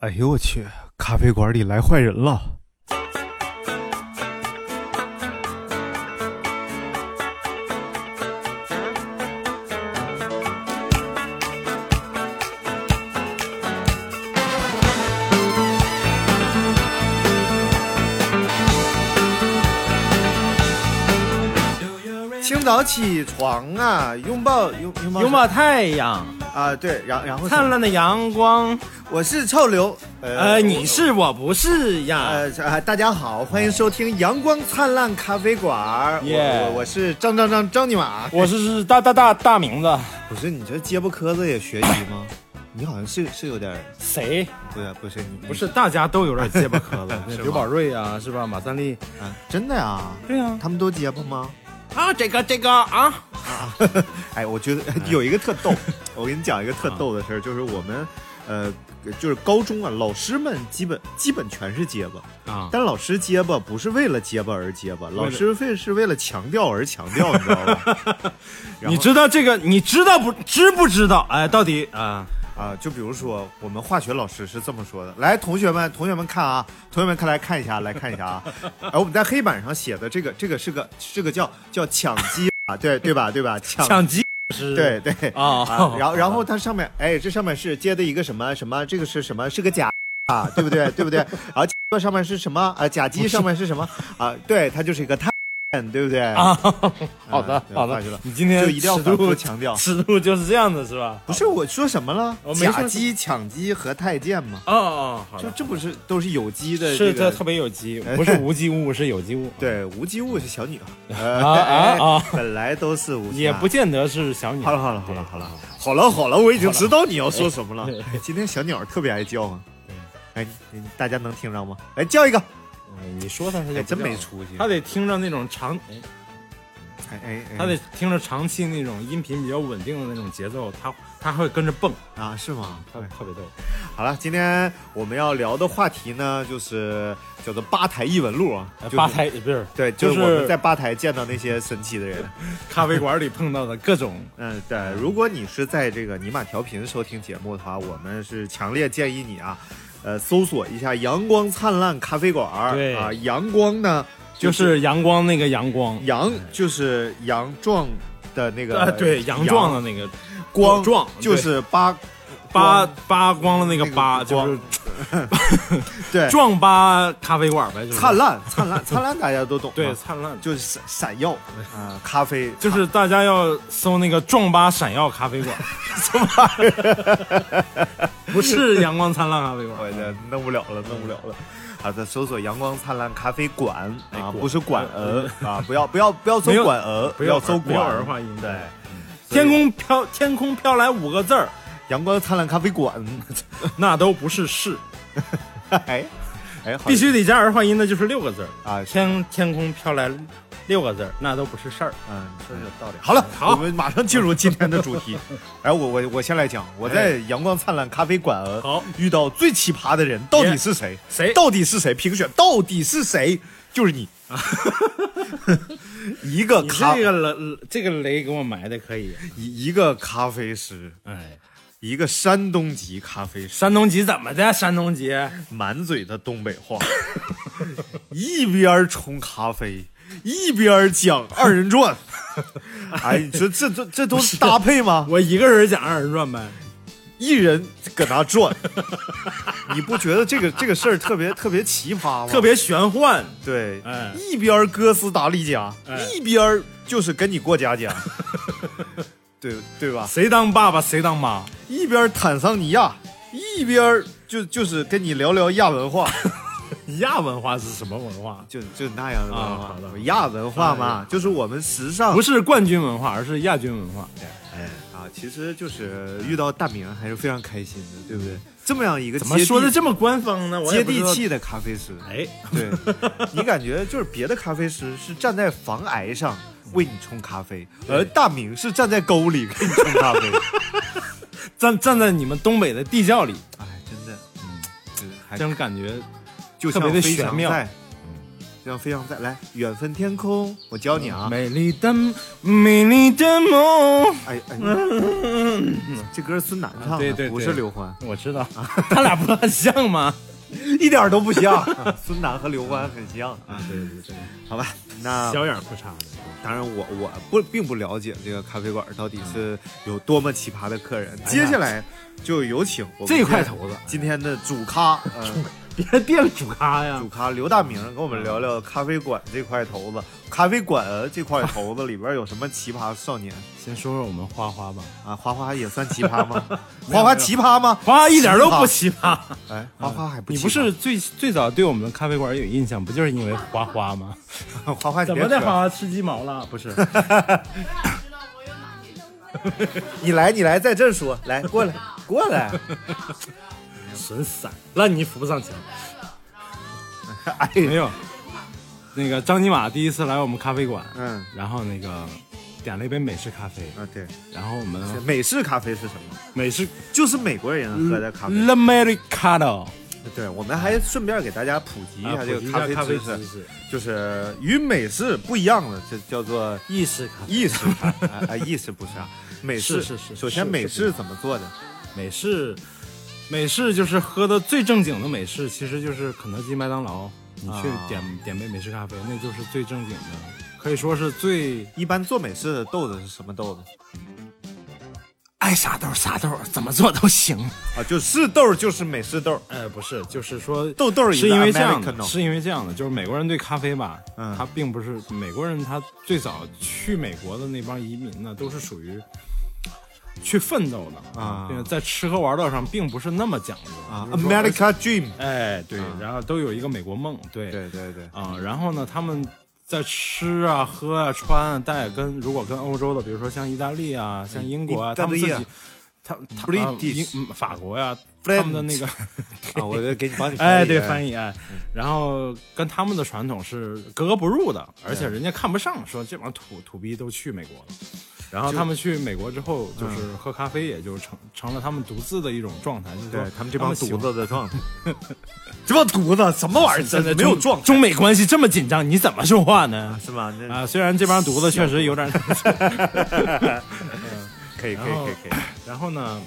哎呦我去！咖啡馆里来坏人了。清早起床啊，拥抱拥拥抱拥抱太阳，啊，对，然然后灿烂的阳光。我是臭刘，呃，你是我不是呀？呃啊，大家好，欢迎收听阳光灿烂咖啡馆儿，我 Yeah 我我是张张张张尼玛，呃我是是大大大大名字，不是你这结巴磕子也学习吗？你好像是是有点儿，谁不是不是你，不是？大家都有点结巴 磕了是吗刘宝瑞啊，是吧？马三立，啊，真的呀？对呀，他们都结巴吗？啊，这个这个啊，哎，我觉得有一个特 逗，我给你讲一个啊特逗的事儿，就是我们，呃，就是高中啊，老师们基本基本全是结巴啊但老师结巴不是为了结巴而结巴，了老师非是为了强调而强调，你知 道吧？然你后知道这个？你知道不知不知道？哎，到底啊，啊、就比如说我们化学老师是这么说的：来，同学们，同学们看啊，同学们看来看一下，来看一下啊。 哎，我们在黑板上写的这个，这个是个这个叫叫抢鸡啊，对对吧？对吧？抢抢鸡是？对对啊啊，， 然后然后它上面，哎，这上面是接的一个什么什么，这个是什么？是个甲啊，对不对？对不对？然后这上面是什么啊？甲基上面是什么啊？对，它就是一个碳，对不对？啊，好啊的对好话的去了，你今天就一定要尺反复度强调尺度就是这样子是吧？不是我说什么了哦我？没说甲基、抢基和太监嘛，哦哦，好就的，这不是都是有机的这是个这特别有机，不是无机物，是有机 物。对无机物是小女孩哎啊啊啊！本来都是无机也啊不见得是小女孩。好了好了好了好了好了好了，我已经知道你要说什么了。哎今天小鸟特别爱叫啊，哎，你你大家能听着吗？来叫一个，嗯你说他他就哎，不真叫没出息。嗯他得听着那种长，哎哎哎，哎他得听着长期那种音频比较稳定的那种节奏，他他会跟着蹦，啊，是吗？他哎特别逗。好了，今天我们要聊的话题呢，就是叫做吧台异闻录啊哎，就是吧。台不是对，就就是我们是在吧台见到那些神奇的人。咖啡馆里碰到的各种嗯，对，如果你是在这个尼玛调频收听节目的话，我们是强烈建议你啊，呃，搜索一下“阳光灿烂咖啡馆儿”。对啊，阳光呢就是阳光那个阳光，阳就是阳壮的那个，啊对，阳壮的那个光壮对就是八扒扒光了那个那个扒，光就是对壮扒咖啡馆呗，就是灿烂灿烂 灿烂，大家都懂对啊灿烂。就是闪闪耀啊、咖啡就是大家要搜那个“壮吧闪耀咖啡馆”， 什么玩意儿？不是阳光灿烂咖啡我馆，的哎弄不了了，弄不了了。好的，搜索“阳光灿烂咖啡馆”哎啊，馆不是馆儿啊，不要不要不要搜没有馆儿， 不要搜没馆有儿儿化音对，天空飘天空飘来五个字儿，阳光灿烂咖啡馆， 那都不是是，哎哎，好必须得加儿化音的，就是六个字儿。啊，是天天空飘来六个字儿，那都不是事儿。嗯，说的有道理。好了，好我们马上进入今天的 主题。哎，我我我先来讲，我在阳光灿烂咖啡馆儿好遇到最奇葩的人到底是谁？谁到底是谁？评选到底是谁？就是 你，一个你咖这个雷，这个雷给我埋的可以。一一个咖啡师，哎，一个山东籍咖啡师，山东籍怎么的？山东籍满嘴的东北话， 一边冲咖啡。一边讲二人转， 哎，你说这这这都是搭配吗？我一个人讲二人转呗。一人搁那转， 你不觉得这个这个事儿特别特别奇葩吗？特别玄幻，对，哎一边儿哥斯达黎加，哎一边儿就是跟你过 家家，对对 吧？谁当爸爸谁当妈，一边儿坦桑尼亚，一边儿就就是跟你聊聊亚文化，亚文化是什么文化？就就那样的文啊化好的哎亚文化嘛，就是我们时尚不是冠军文化，而是亚军文化。啊，其实就是遇到大明还是非常开心的，对不对？这么样一个嗯怎怎么说的这么官方呢？我也接不知地道。气的咖啡师，哎，对 你感觉就是别的咖啡师是站在房癌上为你冲咖啡，而大明是站在沟里给你冲咖 啡。站站在你们东北的地窖里，哎，真的，嗯，就是还这种感觉就特像别的飞玄翔妙嗯在让飞扬在来，远分天空，我教你啊。美丽的美丽的梦，哎哎，嗯这歌孙楠唱的，啊对对对不是刘欢，我知道，他俩不很像吗？一点都不像。 孙楠和刘欢很像，啊，对对对，好吧？那小眼儿不差的，当然我，我不并不了解这个咖啡馆到底是有多么奇葩的客人。接下来就有请我们哎这块今天头子今天的主咖，呃、别惦主啊咖呀主，咖刘大明跟我们聊聊咖啡馆这块头子，咖啡馆这块头子里边有什么奇葩少年先说说我们花花吧，啊？花花也算奇 葩吗？花花奇葩吗？花花一点都不奇葩。哎，花花还不你奇葩不是最最早对我们的咖啡馆有印象，不就是因为花花 吗？花花怎别么的扯花花吃鸡毛了？不是，你来你来，在这儿说，来过来 过来。神散，烂泥扶不上墙。哎， 没有，那个张尼玛第一次来我们咖啡馆，嗯然后那个点了一杯美式咖啡，啊对，然后我们美式咖啡是什么？美式嗯就是美国人喝的咖啡。 Americano 对，我们还顺便给大家普及一啊下这普及个一下咖啡啡知知识，识，就是与美式不一样的，这叫做意式咖啡，意式咖啡。哎 哎，意式不是啊，美式是是是首是先是美不一式样怎么做的？美式，美式就是喝的最正经的美式，其实就是肯德基、麦当劳，你去啊点、点杯美式咖啡，那就是最正经的，可以说是最一般做美式的豆子是什么豆子？爱啥豆啥豆，怎么做都行。啊，就是豆儿就是美式豆儿，呃，不是，就是说豆豆儿是因为这样的， Americano 是因为这样的，就是美国人对咖啡吧，嗯他并不是美国人，他最早去美国的那帮移民呢，都是属于去奋斗的啊并且在吃喝玩乐上并不是那么讲究啊就是说，America Dream。哎，对，然后都有一个美国梦，对，对对对，啊、然后呢，他们在吃啊、喝啊、穿啊、戴啊，跟如果跟欧洲的，比如说像意大利啊、像英国啊，意大他们利自啊己，他他 British 啊英嗯法国呀、他们的那个，啊，我就给你 帮你哎，对，译。 翻译哎，然后跟他们的传统是格格不入的，而且人家看不上，说这帮土土逼都去美国了。然后就他们去美国之后，就是喝咖啡，也就成成了他们独自的一种状态，就是说对他们这帮喜犊欢子的状态， 这帮犊子什么玩意儿？真的没有状中中美关系这么紧张，你怎么说话呢？是吗？那 啊，虽然这帮犊子确实有点，可以可以可以可以，然后呢，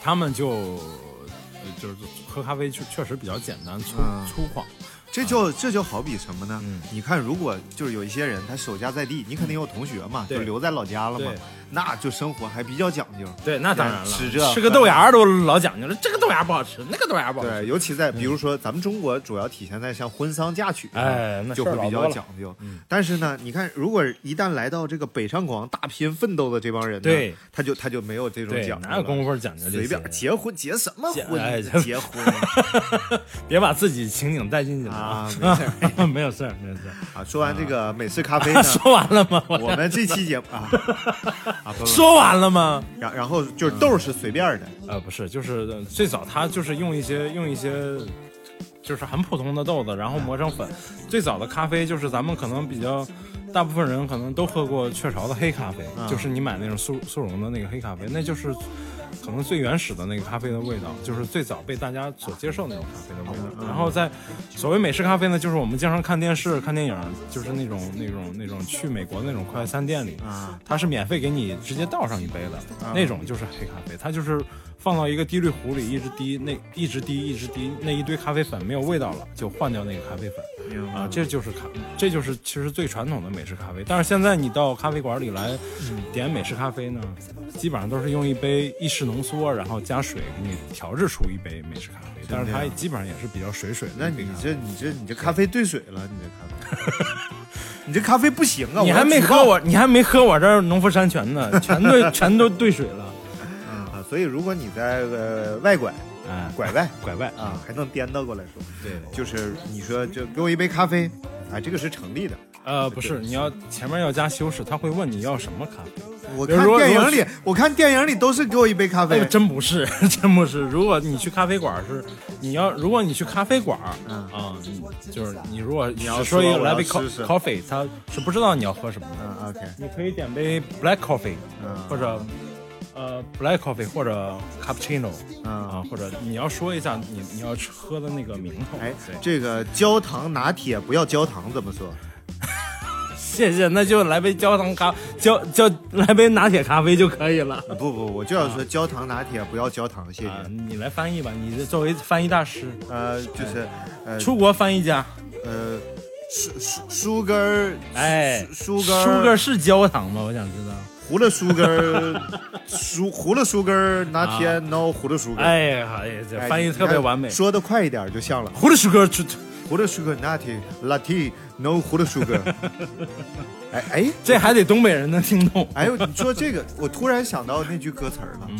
他们就呃就是喝咖啡确确实比较简单粗、嗯粗犷，这就这就好比什么呢嗯？你看，如果就是有一些人他守家在地，你肯定有同学嘛，对就留在老家了嘛对，那就生活还比较讲究。对，那当然了，吃这吃个豆芽儿都老讲究了，这个豆芽儿不好吃，那个豆芽儿不好吃，对，尤其在比如说咱们中国主要体现在像婚丧嫁娶上，啊哎那就事会儿比老较多了讲究。但是呢，你看，如果一旦来到这个北上广大拼奋斗的这帮人呢，对，他就他就没有这种对讲究了，哪有功夫讲究这些随便结婚结什么结婚哎？结婚别把自己情景带进去了啊，没事儿啊， 没有事儿，没有事儿。，啊！说完这个美式咖啡 呢说完了吗？我我们这期节目 啊啊不不不，说完了吗？然然后就是豆儿是随便的，呃，不是，就是呃最早他就是用一些用一些，就是很普通的豆子，然后磨成粉。最早的咖啡就是咱们可能比较，大部分人可能都喝过雀巢的黑咖啡，就是你买那种速速溶的那个黑咖啡，那就是可能最原始的那个咖啡的味道，就是最早被大家所接受那种咖啡的味道。然后在所谓美式咖啡呢，就是我们经常看电视、看电影，就是那种那种那种去美国那种快餐店里，啊它是免费给你直接倒上一杯的，那种就是黑咖啡，它就是放到一个滴滤壶里一直滴，那一直滴一直滴，那一堆咖啡粉没有味道了，就换掉那个咖啡粉明白啊，这就是咖，这就是其实最传统的美式咖啡。但是现在你到咖啡馆里来嗯点美式咖啡呢，基本上都是用一杯意式浓缩，然后加水给你调制出一杯美式咖啡，但是它基本上也是比较水水的那一杯你咖啡。这你这你这咖啡兑水了，你这咖啡， 你这咖啡不行啊！你我还要没举喝报我，你还没喝我这儿农夫山泉呢，全 都全都兑水了，啊！所以如果你在呃外拐哎，拐外拐外啊，还能颠倒过来说，对。就是你说就给我一杯咖啡，啊，这个是成立的。呃，不是，你要前面要加修饰，他会问你要什么咖啡。我比看如说电如影果里，我看电影里都是给我一杯咖哎呦，啡，真不是， 真不是。如果你去咖啡馆是，你要如果你去咖啡馆，啊、你就是你如果你嗯要说一说个我来要杯试试 co- coffee，他是不知道你要喝什么的。嗯，OK，你可以点杯 black coffee，、嗯或者呃 black coffee 或者 cappuccino 嗯，啊，或者你要说一下你你要吃喝的那个名头。哎对，这个焦糖拿铁不要焦糖，怎么说？谢谢，那就来杯焦糖咖焦焦来杯拿铁咖啡就可以了。啊不不，我就要说焦糖拿铁不要焦糖，谢啊，谢。你来翻译吧，你这作为翻译大师，呃，就是呃出国翻译家，呃，舒舒舒根儿，哎，舒根舒根儿，是焦糖吗？我想知道。胡了舒根儿， 舒胡了舒根儿拿铁 no 胡了舒根儿。哎呀，哎呀，这啊哎翻译你特别看完美。说的快一点就像了。胡的舒哥，这胡了舒根拿铁 latte no 胡了舒根 儿。哎哎这还得东北人能听 懂。哎呦，你说这个，我突然想到那句歌词儿了。嗯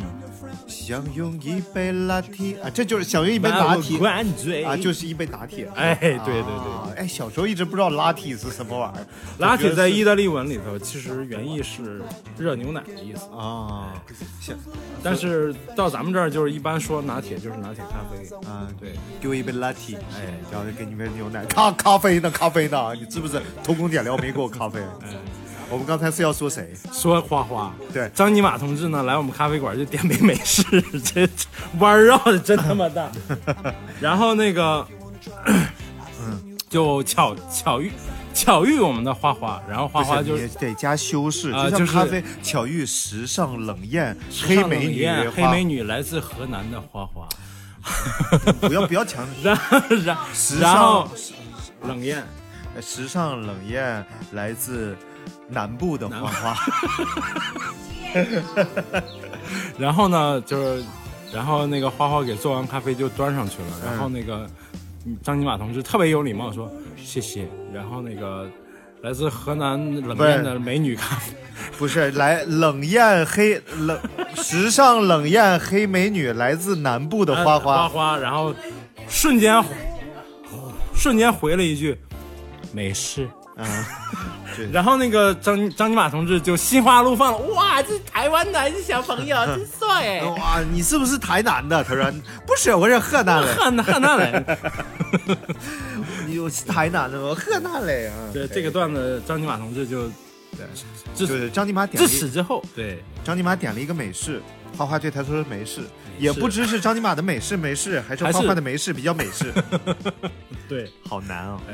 想用一杯 latte 啊，这就是想用一杯拿铁灌醉啊，就是一杯拿铁。哎，对对对，啊，哎，小时候一直不知道拉提是什么玩意儿，拿铁在一意大利文里头其实原意是热牛奶的意思，啊，行但是到咱们这儿就是一般说拿铁就是拿铁咖啡。啊，对，给我一杯拉提，哎然后给你杯牛奶，咖咖啡呢，咖啡呢，啊你是不是偷工减料没给我咖 啡？嗯哎我们刚才是要说谁？说花花，对张尼玛同志呢来我们咖啡馆就点杯美式，这这弯儿绕的真他妈 大。然后那个，嗯就巧巧遇巧遇我们的花花，然后花花就不是你得加修饰，啊就就像是咖啡巧遇时尚冷艳上黑冷美女艳，黑花美，女 来自河南的花花，不要不要强，然后然时然后尚冷艳，时尚冷艳来自南部的花花， 然后呢就是，然后那个花花给做完咖啡就端上去了，然后那个张尼玛同志特别有礼貌说谢谢，然后那个来自河南冷艳的美女咖啡，不是来冷艳黑冷时尚冷艳黑美女来自南部的花花啊花，花，然后瞬间瞬间回了一句没事。哎嗯。然后那个张张尼玛同志就心花怒放了，哇，这台湾男小朋友真帅！哎哇，你是不是台南的？他说不是，我是河南的。河南河南 人。你我是台南的，我河南嘞啊。对这个段子，张金马同志就自就是张尼玛点自了此一之后，对张尼玛点了一个美式，花花对他说是美式，美也式不知是张尼玛的美式美式，还是还是花花的美式比较美式， 对，好难啊、哎，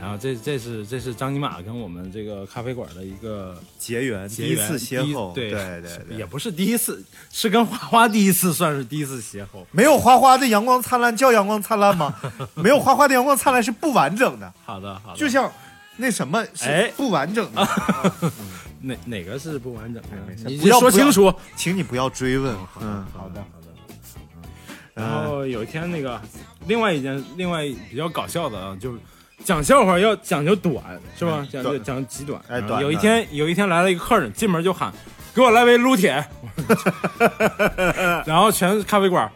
然后这这是这是张尼玛跟我们这个咖啡馆的一个结缘，第结一缘次邂逅，第一对 对对对也不是第一次，是跟花花第一次算是第一次邂逅。没有花花的阳光灿烂叫阳光灿烂吗？没有花花的阳光灿烂是不完整的，好的好的，就像那什么是哎不完整的，哪哪个是不完整的哎没事？你不要说不要清楚。请你不要追问。嗯，好的，然啊后有一天那个另外一件另外比较搞笑的啊，就是讲笑话要讲究短是吧？讲究哎短讲极短。哎然后短有一的天有一天来了一个客人，进门就喊：“给我来杯撸铁。” 然后全咖啡馆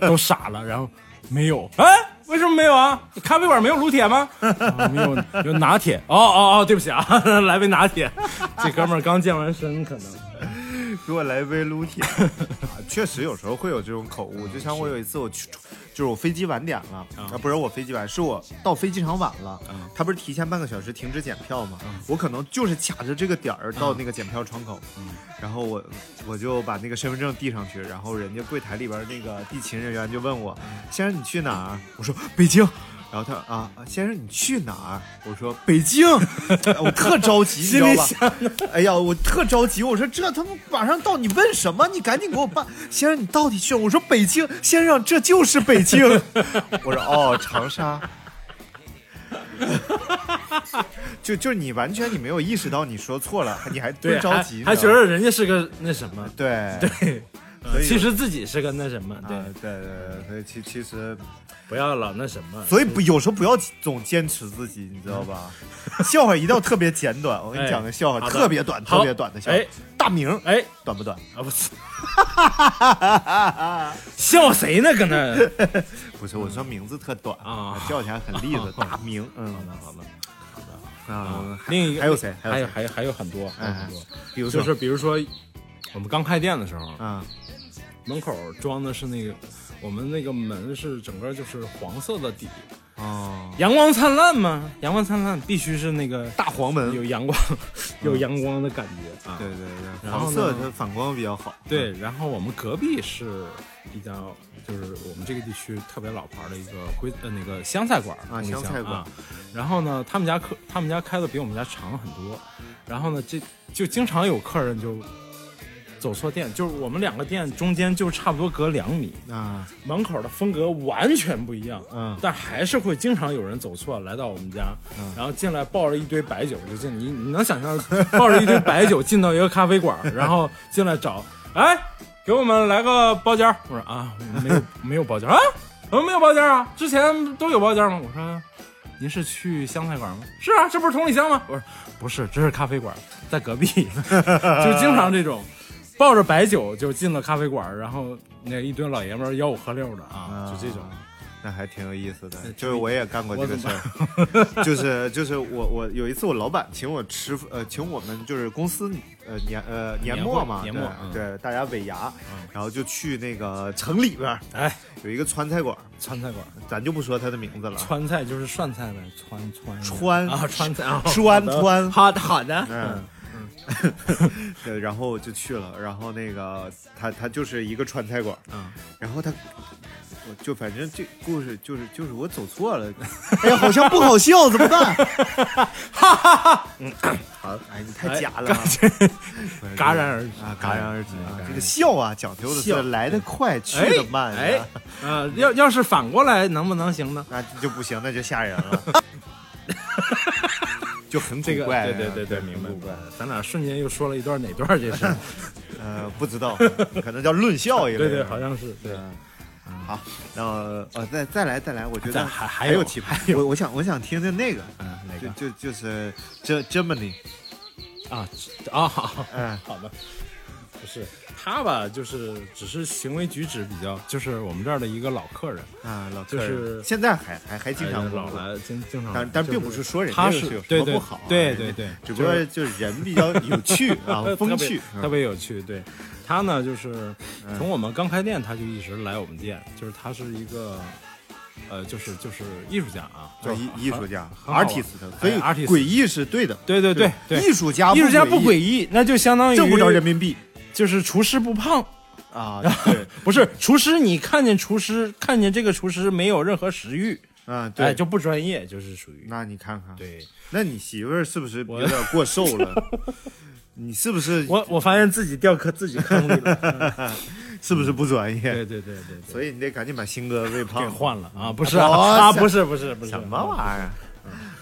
都傻了，然后没有哎。为什么没有啊？咖啡馆没有撸铁吗？啊没有，有拿铁。哦哦哦，对不起啊， 来杯拿铁。这哥们儿刚健完身，可能给我来一杯撸铁。啊，确实有时候会有这种口误，就像我有一次我去，就是我飞机晚点了，啊，不是我飞机晚，是我到飞机场晚了。他不是提前半个小时停止检票吗？我可能就是卡着这个点儿到那个检票窗口，然后我我就把那个身份证递上去，然后人家柜台里边那个地勤人员就问我：“先生你去哪儿？”我说：“北京。”然后他说啊，啊先生你去哪儿？我说北京， 我特着急，你知道吧？哎呀，我特着急，我说这他妈马上到，你问什么？你赶紧给我办，先生，你到底去？我说北京，先生，这就是北京。 我说哦，长沙。 就就是你完全你没有意识到你说错了，你还对多着急，还还你觉知道吗得人家是个那什么。对对对，所以啊其实自己是个那什么，对，对对对，所以其其实不要老那什么。所以不有时候不要总坚持自己，你知道吧？笑话一定要特别简短，我给你讲个笑话，哎好的特别短，好特别短的笑话哎。大明儿哎，短不短？啊不是， 笑谁呢？搁那不是，我说名字特短嗯啊叫起来很利 索。大明，嗯，好的好的啊，还嗯另一个还有谁？还有有谁？还有还有很多，还有哎很多，比如就说，是比如说，我们刚开店的时候，啊，门口装的是那个，我们那个门是整个就是黄色的底，哦，阳光灿烂嘛，阳光灿烂必须是那个大黄门，有阳光、嗯有阳光的感觉啊。对对对，然后呢黄色它反光比较好。对，然后我们隔壁是比较，就是我们这个地区特别老牌的一个徽呃那个湘菜馆儿啊东西湘菜馆啊。然后呢，他们家客他们家开的比我们家长很多，然后呢，这就经常有客人就走错店，就是我们两个店中间就差不多隔两米，啊，门口的风格完全不一样。嗯但还是会经常有人走错，来到我们家，然后进来抱着一堆白酒就进，你你能想象抱着一堆白酒进到一个咖啡馆，然后进来找，哎，给我们来个包间儿。我说啊，没有 没有包间儿啊，怎么没有包间儿啊？之前都有包间儿吗？我说。您是去湘菜馆吗？是啊，这不是同里乡吗？我说不是，这是咖啡馆，在隔壁， 就经常这种，抱着白酒就进了咖啡馆，然后那一堆老爷们儿吆五喝六的啊，就这种。那还挺有意思的对，就是我也干过这个事儿， 就是就是我我有一次我老板请我吃呃请我们就是公司呃年呃年末嘛，年对末嗯对大家尾牙嗯，然后就去那个城里边儿哎，有一个川菜馆，川菜馆，咱就不说它的名字了，川菜就是涮菜呗，川川川啊，川菜啊，川川好的好的，嗯， 对，然后就去了，然后那个他他就是一个川菜馆，嗯，然后他。我就反正这故事就是就是我走错了， 哎呀，好像不好笑，怎么办？哈哈哈，好，哎，你太假了啊， 戛然而止啊，戛然而止哎戛啊然而！止这个笑啊，讲究的笑是来得快，去得慢，哎啊，哎啊，要要是反过来能不能行呢？那就不行，那就吓 人了，就很这古个怪啊，对对对对，很明古怪啊白。咱俩瞬间又说了一段哪段儿这是？ 呃，不知道，可能叫论笑一类对的，对，好像是对。嗯。好，然后呃，再再来再来，我觉咱得还还还有奇葩，我我想我想听听那个，嗯，哪就个就就是这 Germany，啊啊？好嗯好的，不是他吧？就是只是行为举止比较，就是我们这儿的一个老客人，啊，老就客人是现在还还还经哎常老工作来经经常来，但但就并不是说人他家有是什对么对不好啊，对人家对对，只不过就是就是人比较有 趣啊，风趣呃特别嗯特别有趣。对他呢，就是从我们刚开店，他就一直来我们店，就是他是一个。呃，就是就是艺术家啊，就就是艺很艺术家很好玩 artist，所以哎 artist 诡异是对的，对对对对，艺术家艺术家不不诡异，那就相当于挣不着人民 币就是厨师不胖，啊，对，不是厨师，你看见厨师，看见这个厨师没有任何食欲，啊对哎，，就不专业，就是属于那你看看，对那你媳妇儿是不是我有点过瘦 了？你是不是我，我发现自己掉坑自己坑里 了，是不是不专业？嗯对对对对对，所以你得赶紧把新哥喂给胖。换了啊，不是啊啊我啊，想不是不是不是什么玩意儿？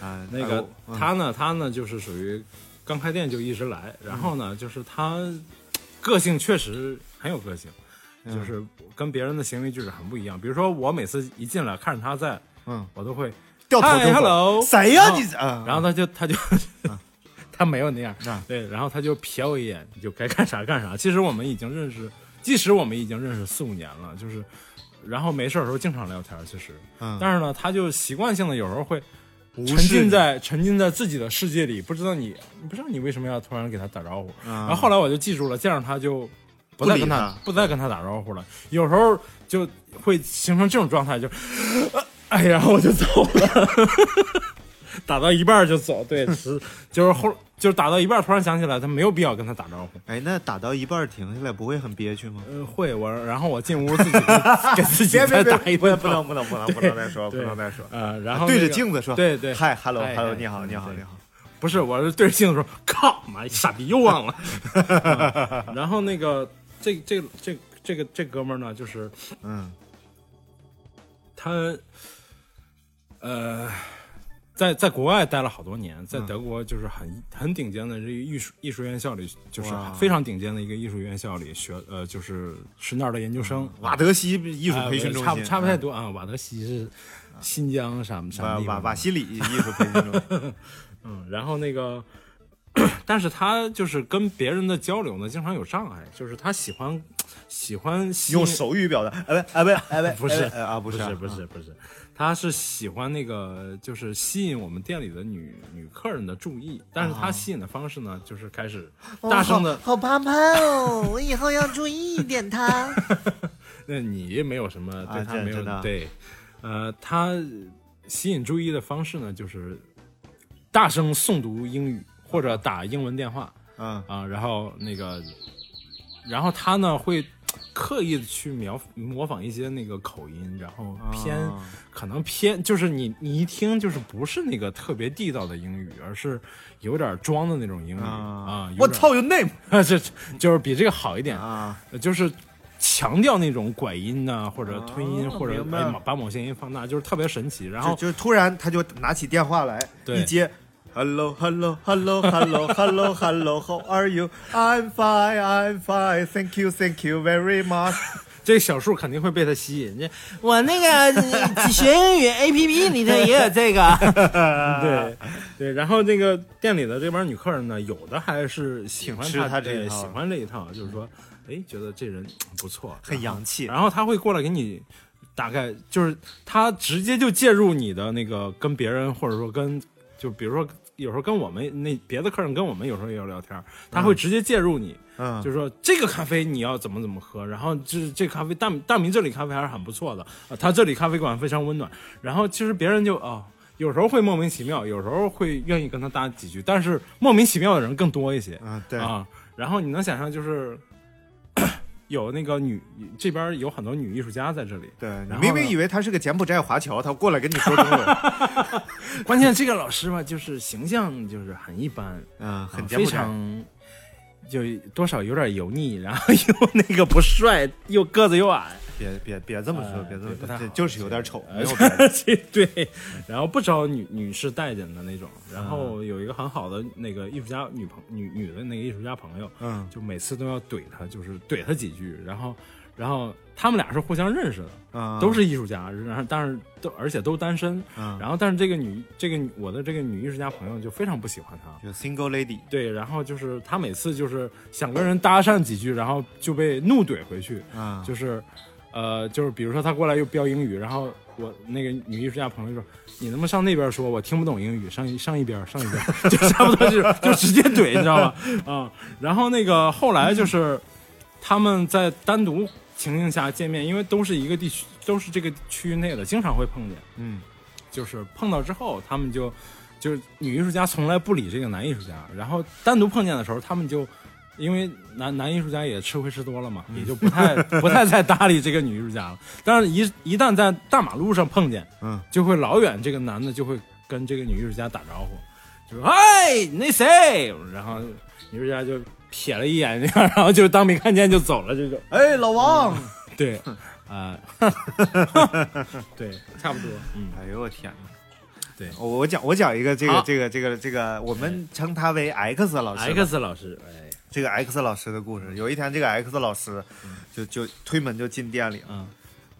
啊，嗯那个哎我他呢，他呢就是属于刚开店就一直来，然后呢，嗯就是他个性确实很有个性，嗯就是跟别人的行为举止很不一样。比如说我每次一进来看着他在，嗯，我都会，掉头就嗨走，hello 谁呀然后你？嗯啊，然后他就他就。 他没有那样啊，对，然后他就瞥我一眼，你就该干啥干啥。其实我们已经认识，即使我们已经认识四五年了，就是，然后没事儿的时候经常聊天，其实，嗯但是呢，他就习惯性的有时候会无沉视浸你在沉浸在自己的世界里，不知道你不知道你为什么要突然给他打招呼。啊然后后来我就记住了，见着他就不再跟不理他他不再跟他打招呼了。有时候就会形成这种状态，就 哎，然后我就走了， 打到一半就走。对， 是就是后就是打到一半突然想起来，他没有必要跟他打招呼。哎，那打到一半儿停下来不会很憋 屈吗？呃，会我，然后我进屋自 己给给自己再打一不顿能不能不能不能不能再说，不对能再说。呃，然后对着那个镜子说，对对嗨，hello 哎 hello，哎你好对你好对你好，不是，我是对着镜子说：“靠，妈，傻逼又忘了。 嗯然后那个这这这这个这哥们儿呢，就是嗯他，呃，在在国外待了好多年，在德国就是很、很顶尖的这个艺术艺术院校里，就是哇非常顶尖的一个艺术院校里学，呃，就是是那儿的研究生。瓦德西嗯艺艺术培训中心，嗯差不差不太多啊。瓦德西是新疆啥么啥么瓦地瓦方瓦西里艺术培训中 心，嗯，然后那个，但是他就是跟别人的交流呢，经常有障碍，就是他喜欢喜欢吸用手语表达，哎喂哎喂哎喂，不是哎喂哎啊不不是啊是不是不是，他是喜欢那个就是吸引我们店里的女女客人的注意，但是啊他吸引的方式呢，就是开始哦大声的，好怕怕哦，我以后要注意一点他。那、你没有什么对啊他这没有、真的啊对，呃，他吸引注意的方式呢，就是大声诵读英语或者打英文电话嗯啊，然后那个，然后他呢会刻意的去描模仿一些那个口音，然后偏、啊可能偏就是你你一听就是不是那个特别地道的英语，而是有点装的那种英语啊，有我点操，your name 这 就是比这个好一点，啊，就是强调那种拐音呐、或者吞音，或者明白哎把把某些音放大，就是特别神奇。然后就就突然他就拿起电话来对一接。Hello, hello, hello, hello, hello, hello. How are you? I'm fine, I'm fine. Thank you, thank you very much. 这个小树肯定会被他吸引，这我那呃个学英语 A P P 里头也有这 个，对对。然后那个店里的这帮女客人呢，有的还是喜欢挺吃他这对一套喜欢这一套，就是说，哎，觉得这人嗯不错，很洋气。然后他会过来给你。大概就是他直接就介入你的那个跟别人，或者说跟就比如说有时候跟我们那别的客人跟我们有时候也有聊天儿，他会直接介入你，嗯啊就是说这个咖啡你要怎么怎么喝，然后这这咖啡大米大明这里咖啡还是很不错的，啊，他这里咖啡馆非常温暖。然后其实别人就哦，有时候会莫名其妙，有时候会愿意跟他搭几句，但是莫名其妙的人更多一些嗯，对，啊。然后你能想象就是 咳有那个女这边有很多女艺术家在这 里，对你然后明明呢以为他是个柬埔寨华侨，他过来跟你说 中文，关键这个老师吧，就是形象就是很一般，嗯，很啊柬非埔寨。常，就多少有点油腻，然后又那个不帅，又个子又矮，别别别这么说，哎别这对么不说太，这好哎就是有点丑，没有别的。对对，然后不招女女士待见的那种，然嗯后有一个很好的那个艺术家女朋女女的那个艺术家朋友，嗯就每次都要怼她，就是怼她几句，然后然后他们俩是互相认识的，嗯，都是艺术家，然后但是都而且都单身，嗯，然后但是这个女这个女我的这个女艺术家朋友就非常不喜欢她，就 single lady。对，然后就是他每次就是想跟人搭讪几句，然后就被怒怼回去，啊，就是，呃，就是比如说他过来又飙英语，然后我那个女艺术家朋友就说：“你能不能上那边说？我听不懂英语，上一上一边，上一边，就差不多就是就直接怼，你知道吧？啊、然后那个后来就是他们在单独情境下见面，因为都是一个地区，都是这个区域内的，经常会碰见。嗯，就是碰到之后，他们就就是女艺术家从来不理这个男艺术家，然后单独碰见的时候，他们就因为男男艺术家也吃亏吃多了嘛，也就不太嗯 不太再搭理这个女艺术家了。但是一，一旦在大马路上碰见，嗯，就会老远这个男的就会跟这个女艺术家打招呼，就说：“嗨，那谁？”然后女艺术家就瞥了一眼，然后就当没看见就走了，这 种。哎，老王，对，啊、 对，差不多，嗯，哎呦我天哪！对我我讲我讲一个这个好这个这个这个，我们称他为 X 老师吧。 X 老师，哎，这个 X 老师的故事，有一天这个 X 老师就就推门就进店里了。嗯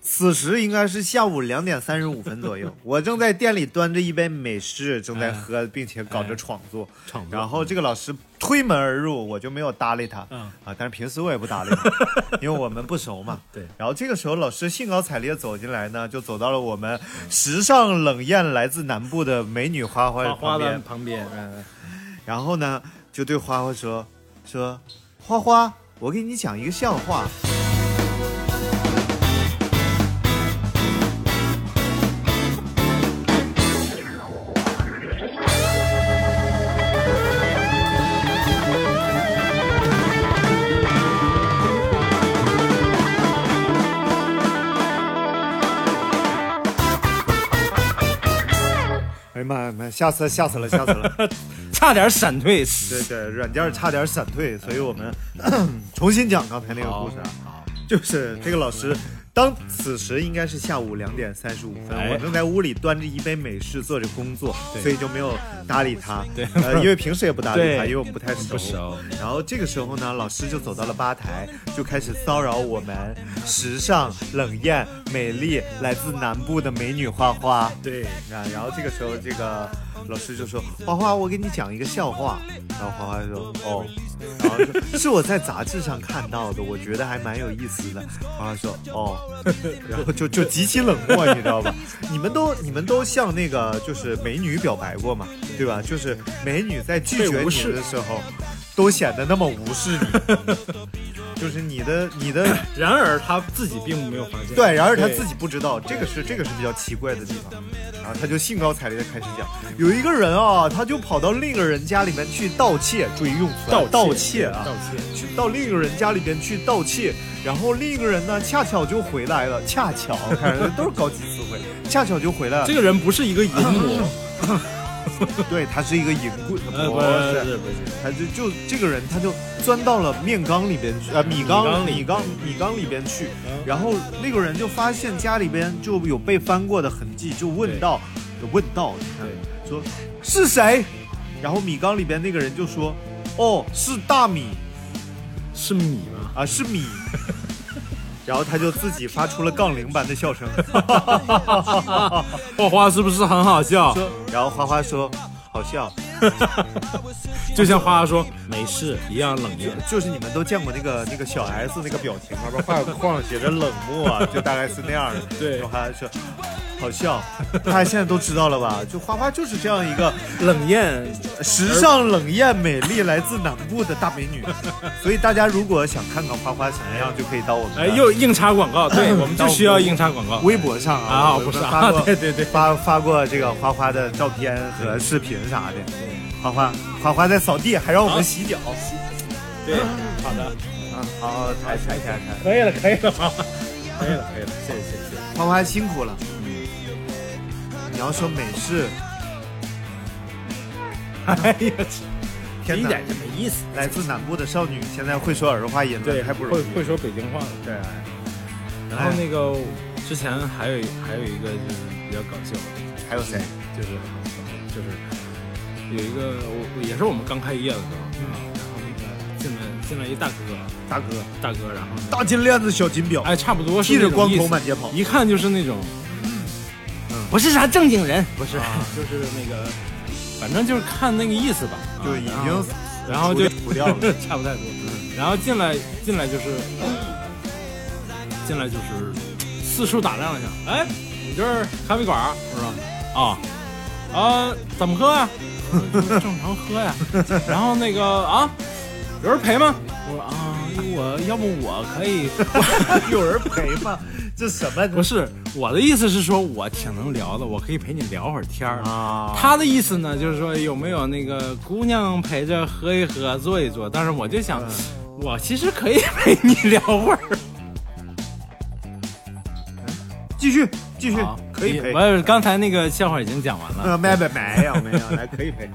此时应该是下午两点三十五分左右，我正在店里端着一杯美式，正在喝，并且搞着创作。创作然后这个老师推门而入，我就没有搭理他。嗯啊，但是平时我也不搭理他，因为我们不熟嘛。对然后这个时候老师兴高采烈走进来呢，就走到了我们时尚冷艳来自南部的美女花花花花旁边的旁边，嗯，然后呢，就对花花说说，花花，我给你讲一个笑话。哎呀妈呀妈呀，吓死了吓死了吓死了！差点闪退。对对，软件差点闪退，所以 我们重新讲刚才那个故事啊。就是这个老师，当此时应该是下午两点三十五分，哎我正在屋里端着一杯美式做着工作，对所以就没有搭理他。对，呃， 因为平时也不搭理他，对因为我们不太熟。不熟然后这个时候呢，老师就走到了吧台，就开始骚扰我们时尚、冷艳、美丽、来自南部的美女花花。对，啊，然后这个时候，这个老师就说：“花花，我给你讲一个笑话。”然后花花就说：“哦。”然后说：“是我在杂志上看到的，我觉得还蛮有意思的。”花花说：“哦。” 然后就就极其冷漠，你知道吧？你们都你们都向那个就是美女表白过嘛，对吧？就是美女在拒绝被无你视的时候，都显得那么无视你。 就是你的你的然而他自己并没有发现。对，然而他对自己不知道，这个是这个是比较奇怪的地方。然后他就兴高采烈的开始讲，有一个人啊，他就跑到另一个人家里面去盗窃，注意用词啊，盗窃啊，盗窃。去到另一个人家里边去盗窃，然后另一个人呢恰巧就回来了，恰巧，看都是高级词汇，恰巧就回来了这。个人不是一个淫魔，对，他是一个淫棍，呃，不嗯不是，是不是，他就就这个人，他就钻到了面缸里边去，呃，米缸米米缸缸米缸里边去嗯。然后那个人就发现家里边就有被翻过的痕迹，就问到，就问到，你看，说是谁？然后米缸里边那个人就说，哦，是大米是米吗？啊，是米。然后他就自己发出了杠铃般的笑声，花花是不是很好笑？说，然后花花说，好笑，就像花花说没事一样冷艳。就是你们都见过那个那个小 S 那个表情 嘛，画框写着冷漠啊，就大概是那样的。对然后还说好笑，大家现在都知道了吧？就花花就是这样一个冷艳，时尚、冷艳、美丽，来自南部的大美女。所以大家如果想看看花花什么样，就可以到我们的哎，又硬插广告，嗯对，我们就需要硬插广告。微博上啊啊，我们不是啊发过对对对发发过这个花花的照片和视频啥的。花花花花在扫地，还让我们洗脚。对，好的，嗯，好，抬抬抬抬。可以了，可以 了，花花，可以了，可以了，谢谢谢谢。花花辛苦了。你要说美式，哎呀，这天一哪点就没意思。来自南部的少女现在会说儿化音对，了，太不容易会。会说北京话了。对，哎然后那个之前还有一还有一个就是比较搞笑的，还有谁？就是就是有一个我我也是我们刚开业的时候，啊然后那个进来进来一大哥，大哥，大哥，然后呢大金链子，小金表，哎差不多是剃着那种光意头嗯思满街跑。一看就是那种嗯不是啥正经人，不是、啊就是那个反正就是看那个意思吧，啊就已然经后然后就除掉 了差不太多。然后进来进来就是进来就是四处打量了一下，哎，你这儿咖啡馆儿是吧？啊啊，怎么喝呀、我说正常喝呀。 然后那个啊，有人陪吗？我说啊，我要不我可以，有人陪吗？哎这什 么不是我的意思是说，我挺能聊的，我可以陪你聊会儿天儿。啊？他的意思呢，就是说有没有那个姑娘陪着喝一喝、坐一坐。但是我就想，嗯我其实可以陪你聊会儿，继续继续 好，可以陪。我刚才那个笑话已经讲完了，呃，没没没有没有，来可以陪。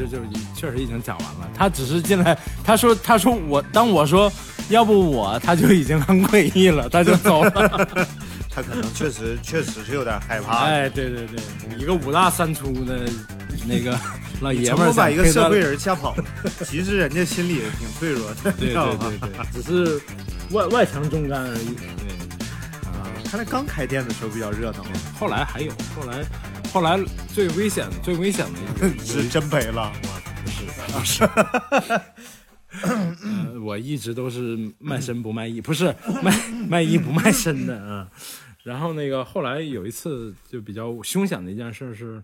就嗯就确实已经讲完了。他只是进来，他说他说我当我说要不我，他就已经很诡异了，他就走 了。他可能确实确实是有点害怕。哎，对对对，一个五大三粗的那个老爷成们儿功把想 一个推社断会人 吓跑了，其实人家心里也挺脆弱的，你对知道对吗？对对，只是外外强中干而已。对。看来刚开店的时候比较热闹，后来还有，后来后来最危险的最危险的一个是真赔了。不是，呃，我一直都是卖身不卖艺，不是卖卖艺不卖身的啊。然后那个后来有一次就比较凶险的一件事是，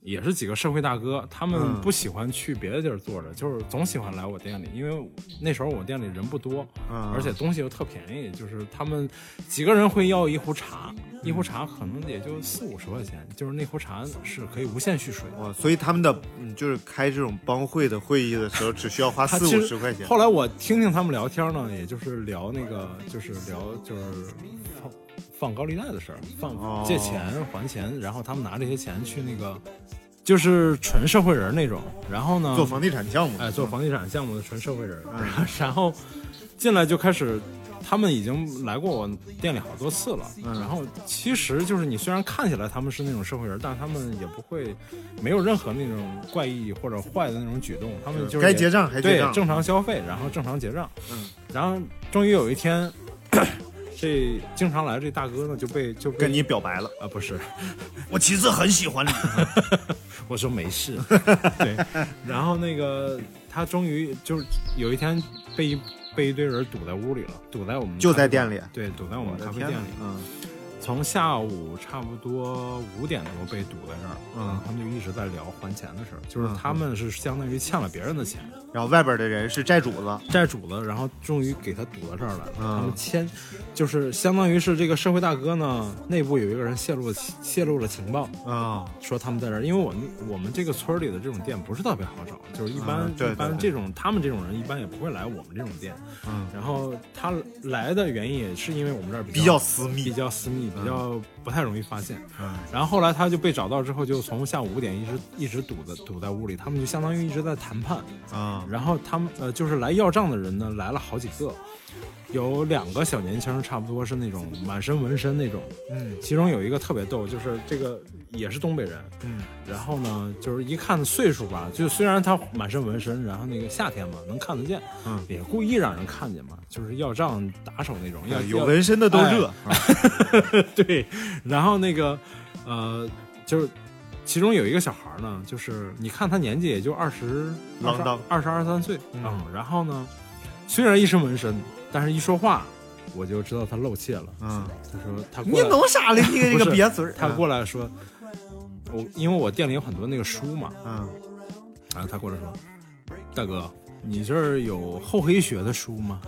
也是几个社会大哥，他们不喜欢去别的地儿坐着，就是总喜欢来我店里，因为那时候我店里人不多，嗯而且东西又特便宜，就是他们几个人会要一壶茶，一壶茶可能也就四五十块钱，就是那壶茶是可以无限续水的。哇，所以他们的嗯，就是开这种帮会的会议的时候，只需要花他四其五实十块钱。后来我听听他们聊天呢，也就是聊那个，就是聊就是放放高利贷的事儿，放、哦借钱还钱，然后他们拿这些钱去那个，就是纯社会人那种。然后呢，做房地产嗯项目，哎，做房地产项目的纯社会人， 然后进来就开始，他们已经来过我店里好多次了。嗯然后其实就是你虽然看起来他们是那种社会人，但他们也不会没有任何那种怪异或者坏的那种举动，他们嗯就是该也结账还结对账，正常消费，然后正常结账。嗯，然后终于有一天，这经常来这大哥呢就被就被跟你表白了。啊不是，我其实很喜欢你，我说没事， 对，然后那个他终于就是有一天被一被一堆人堵在屋里了，堵在我们就在咖啡店里对，堵在我们我的咖啡天店哪里，嗯，从下午差不多五点多被堵在这儿，嗯他们就一直在聊还钱的事儿，就是嗯他们是相当于欠了别人的钱，然后外边的人是债主子，债主了，然后终于给他堵到这儿来了。嗯他们签，就是相当于是这个社会大哥呢，内部有一个人泄露了情泄露了情报，嗯说他们在这儿，因为我们我们这个村儿里的这种店不是特别好找，就是一般、嗯对一般对这种他们这种人一般也不会来我们这种店。嗯，然后他来的原因也是因为我们这儿比比较私比密，较私密，比较不太容易发现。嗯然后后来他就被找到之后，就从下午五点一直一直堵在堵在屋里，他们就相当于一直在谈判。嗯然后他们呃，就是来要账的人呢，来了好几个，有两个小年轻，差不多是那种满身纹身那种，嗯其中有一个特别逗，就是这个也是东北人，嗯，然后呢，就是一看岁数吧，就虽然他满身纹身，然后那个夏天嘛能看得见，嗯，也故意让人看见嘛，就是要账打手那种，要呃有要纹身的都热， 对，然后那个，呃，就是其中有一个小孩儿呢，就是你看他年纪也就二十，郎当二十二三岁，嗯然后呢，虽然一身纹身，但是一说话我就知道他露怯了。嗯，他说他你过来，弄啥嘞？你这不个是瘪嘴儿，他过来说，我因为我店里有很多那个书嘛，嗯，然后他过来说，大哥。你这儿有厚黑学的书吗？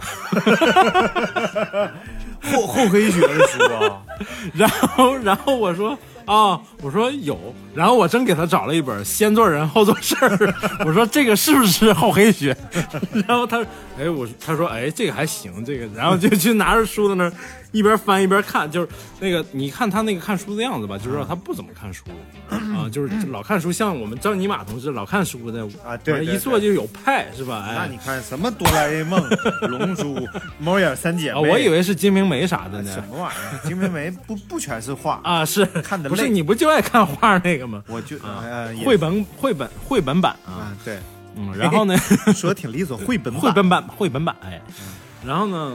厚厚黑学的书啊，然后，然后我说啊，我说有，然后我真给他找了一本《先做人后做事儿》， 我说这个是不是厚黑学？ 然后他，哎，我他说哎，这个还行，这个，然后就去拿着书在那儿一边翻一边看，就是那个你看他那个看书的样子吧，就知道他不怎么看书啊，就是老看书，像我们张尼玛同志老看书的啊对对一坐就有派是吧？哎， 那你看什么哆啦 A 梦、 龙珠、猫眼三姐啊，妹，我以为是《金瓶梅》啥的呢什么玩意儿，《金瓶梅》不不全是画，啊，是看得不是累你不就爱看画那个吗？我就呃也绘本绘本绘本版啊，啊，对， 嗯，然后呢， 说的挺利索，绘本版绘本版绘本版，哎，然后呢，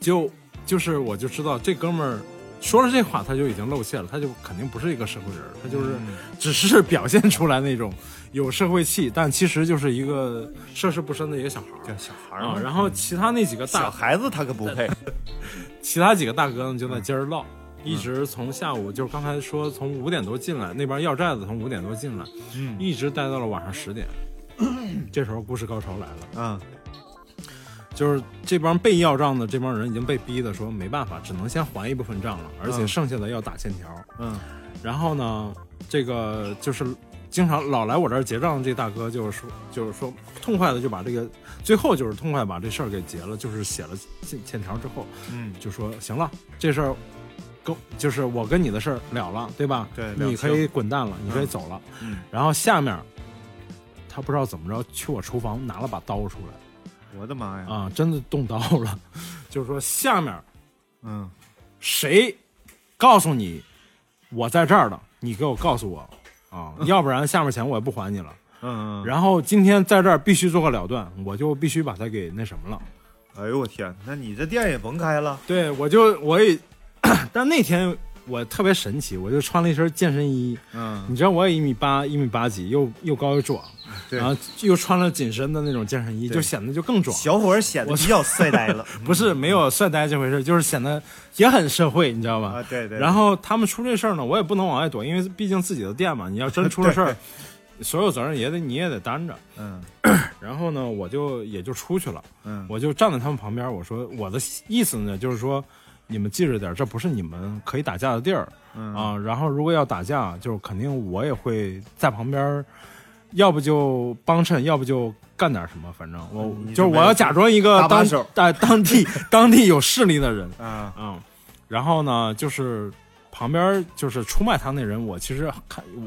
就就是我就知道这哥们儿说了这话，他就已经露馅了，他就肯定不是一个社会人儿，他嗯就是只是表现出来那种有社会气，但其实就是一个涉世不深的一个小孩叫儿小孩儿啊。嘛，然后其他那几个小大孩子他可不配，其他几个大哥呢嗯就在今儿唠，一直从下午就是刚才说从五点多进来，那边要债的从五点多进来，嗯一直待到了晚上十点。这时候故事高潮来了，嗯就是这帮被要账的这帮人已经被逼的说没办法，只能先还一部分账了，而且嗯剩下的要打欠条。嗯然后呢，这个就是经常老来我这儿结账的这大哥，就是说就是说痛快的就把这个最后就是痛快把这事儿给结了，就是写了欠欠条之后，嗯，就说行了，这事儿跟就是我跟你的事儿了了，对吧？对了你可以滚蛋了，你可以走了。嗯然后下面他不知道怎么着去我厨房拿了把刀出来我的妈呀，啊，真的动刀了， 就是说下面嗯谁告诉你我在这儿了，你给我告诉我 啊，要不然下面钱我也不还你了。嗯，嗯然后今天在这儿必须做个了断，我就必须把他给那什么了。哎呦我天，那你这店也甭开了，对，我就我也， 但那天我特别神奇，我就穿了一身健身衣，嗯，你知道我也一米八，一米八几，又又高又壮，对然后又穿了紧身的那种健身衣，对就显得就更壮。小伙儿显得比较帅呆 了，不是没有帅呆这回事，就是显得也很社会，你知道吧？啊对对，然后他们出这事儿呢，我也不能往外躲，因为毕竟自己的店嘛，你要真出了事 儿，所有责任也得你也得担着。嗯然后呢，我就也就出去了，嗯我就站在他们旁边，我说我的意思呢，就是说你们记着点儿，这不是你们可以打架的地儿嗯啊。然后如果要打架，就是肯定我也会在旁边儿，要不就帮衬，要不就干点什么，反正我嗯你就是准备我要假装一个搭把当手呃当地当地有势力的人，啊嗯，然后呢，就是旁边就是出卖他那人，我其实看我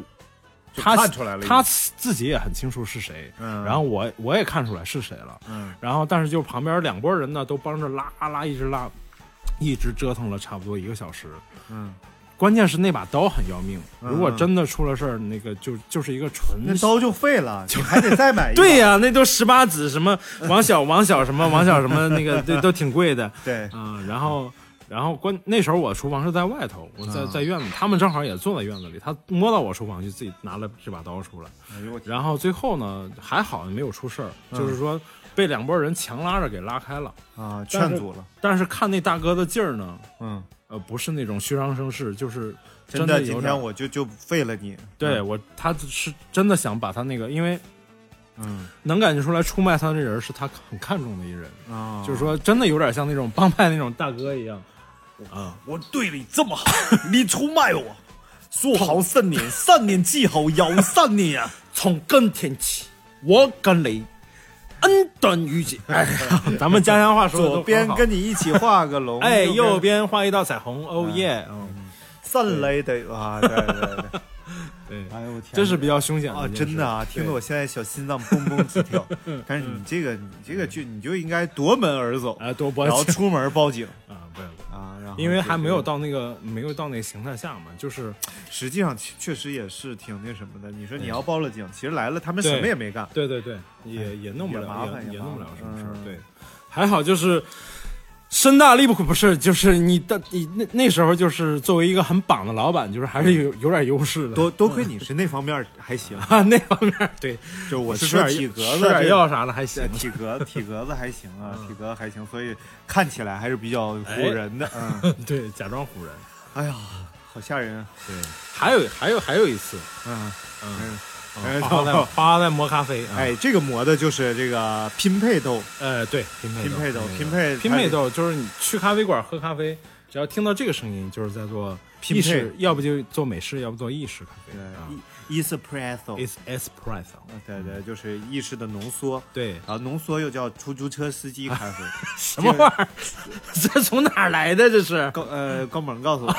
就他看出来了他自己也很清楚是谁，嗯然后我我也看出来是谁了，嗯然后但是就旁边两拨人呢都帮着拉拉，一直拉，一直折腾了差不多一个小时。嗯，关键是那把刀很要命，嗯如果真的出了事儿，那个就就是一个纯那刀就废了，你还得再买一 把，对呀、那都十八子什么王小王小什么王小什么那个都都挺贵的，对，嗯，然后然后关那时候我厨房是在外头，我在嗯在院子，他们正好也坐在院子里，他摸到我厨房就自己拿了这把刀出来，哎呦我天，然后最后呢还好没有出事儿，就是说被两拨人强拉着给拉开了，啊劝阻了，但是看那大哥的劲儿呢，嗯呃，不是那种虚张声势，就是真的今有点天我就就废了你。对我，他是真的想把他那个，因为嗯，能感觉出来出卖他的人是他很看重的一人，嗯啊，就是说真的有点像那种帮派那种大哥一 样。我对你这么好，你出卖我，说好三年，三年之后又三年 啊！从今天起，我跟你恩断义绝。哎呀，咱们家乡话说的左边跟你一起画个龙，哎，右右边边画一道彩虹，哦耶！嗯，散雷得啊，对对对，对， 哎呦我天，这是比较凶险啊，一件事真的啊，听得我现在小心脏砰砰直 跳。但是你这个你这个就你就应该夺门而走，嗯啊，多波然后出门报警啊，不要。啊，然后因为还没有就是到那个没有到那个形态下嘛，就是实际上确确实也是挺那什么的。你说你要报了警，其实来了他们对什么也没干，对对对，也也弄不也麻了，烦也也麻弄不了烦什么事儿。嗯对，还好就是身大力不苦不是，就是你的你那那时候就是作为一个很榜的老板，就是还是有有点优势的。，多多亏你是那方面还行 啊，那方面儿对，就我是吃说点体药格吃子这点个药啥嗯的还行对。体 格体格子还行啊，体格还行，所以看起来还是比较唬人的。嗯，对，假装唬人。哎呀，好吓人啊！对，还有还有还有一次，嗯嗯，哎花花在花花在磨咖啡。啊，哎，这个磨的就是这个拼配豆，呃，对，拼配拼配豆，嗯拼配拼配豆就是你去咖啡馆喝咖啡，只要听到这个声音，就是在做拼意配式，要不就做美式，要不做意式咖啡。啊对，espresso， ，is espresso。对对，就是意式的浓缩。嗯 对，啊，浓缩又叫出租车司机 咖啡，什么玩意儿？ 这从哪儿来的？这是高呃高猛告诉 我，